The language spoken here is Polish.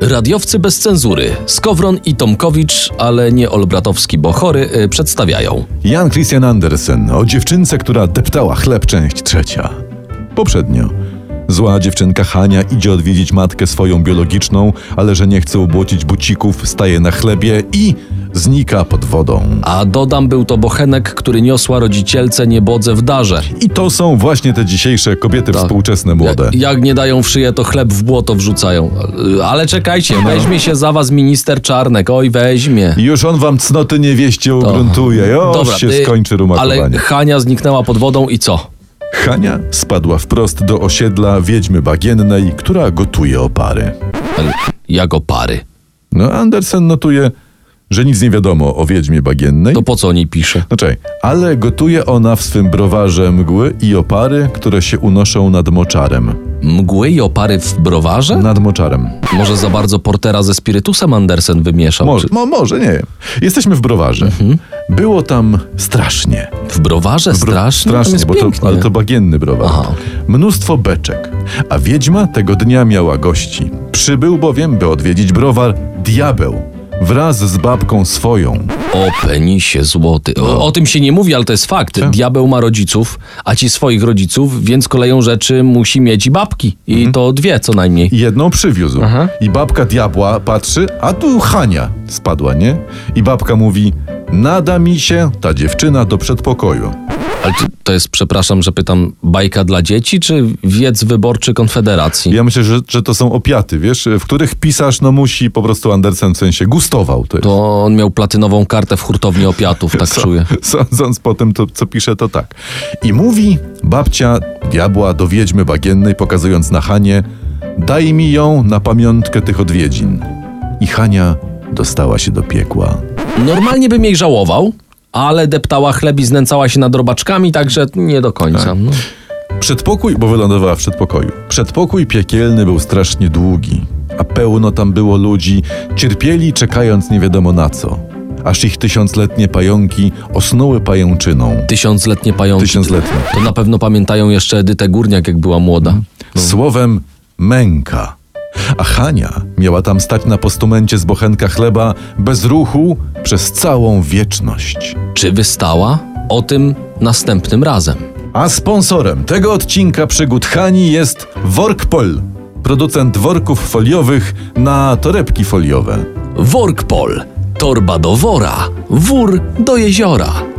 Radiowcy bez cenzury, Skowron i Tomkowicz, ale nie Olbratowski, bo chory, y, przedstawiają. Jan Christian Andersen o dziewczynce, która deptała chleb, część trzecia. Poprzednio. Zła dziewczynka Hania idzie odwiedzić matkę swoją biologiczną, ale że nie chce ubłocić bucików, staje na chlebie i znika pod wodą. A dodam, był to bochenek, który niosła rodzicielce niebodze w darze. I to są właśnie te dzisiejsze kobiety współczesne młode. Ja- Jak nie dają w szyję, to chleb w błoto wrzucają. Y, Ale czekajcie, No. weźmie się za was minister Czarnek, oj weźmie. Już on wam cnoty niewieście ugruntuje. Już się y, skończy rumakowanie. Ale Hania zniknęła pod wodą i co? Hania spadła wprost do osiedla wiedźmy bagiennej, która gotuje opary. Jak opary. No, Andersen notuje, że nic nie wiadomo o wiedźmie bagiennej. To po co o niej pisze? No czekaj, ale gotuje ona w swym browarze mgły i opary, które się unoszą nad moczarem. Mgły i opary w browarze? Nad moczarem. Może za bardzo portera ze spirytusem Andersen wymieszał? Może, Czy- Mhm. mo, może, nie wiem. Jesteśmy w browarze. Było tam strasznie. W browarze? Bro- Strasznie? Tam jest bo to, pięknie. ale to bagienny browar. Aha. Mnóstwo beczek, a wiedźma tego dnia miała gości. Przybył bowiem, by odwiedzić browar, diabeł wraz z babką swoją. O penisie złoty. O, o tym się nie mówi, ale to jest fakt. Tak. Diabeł ma rodziców, a ci swoich rodziców, więc koleją rzeczy musi mieć i babki. I to dwie co najmniej. Mhm. I jedną przywiózł. Aha. I babka diabła patrzy, a tu Hania spadła, nie? I babka mówi, nada mi się ta dziewczyna do przedpokoju. Ale to, to jest, przepraszam, że pytam, bajka dla dzieci, czy wiec wyborczy Konfederacji? Ja myślę, że, że to są opiaty, wiesz, w których pisarz no musi po prostu Andersen w sensie gustował. To jest. To on miał platynową kartę w hurtowni opiatów, tak Są- czuję. Sądząc po tym, to, co pisze, to tak. I mówi babcia diabła do wiedźmy bagiennej, pokazując na Hanie, daj mi ją na pamiątkę tych odwiedzin. I Hania dostała się do piekła. Normalnie bym jej żałował, ale deptała chleb i znęcała się nad robaczkami, także nie do końca. Tak. No. Przedpokój, bo wylądowała w przedpokoju. Przedpokój piekielny był strasznie długi, a pełno tam było ludzi, cierpieli czekając nie wiadomo na co. Aż ich tysiącletnie pająki osnuły pajęczyną. Tysiącletnie pająki. Tysiącletnie. To na pewno pamiętają jeszcze Edytę Górniak, jak była młoda. Słowem męka. A Hania miała tam stać na postumencie z bochenka chleba bez ruchu przez całą wieczność. Czy wystała? O tym następnym razem. A sponsorem tego odcinka przygód Hani jest Workpol, producent worków foliowych na torebki foliowe. Workpol. Torba do wora, wór do jeziora.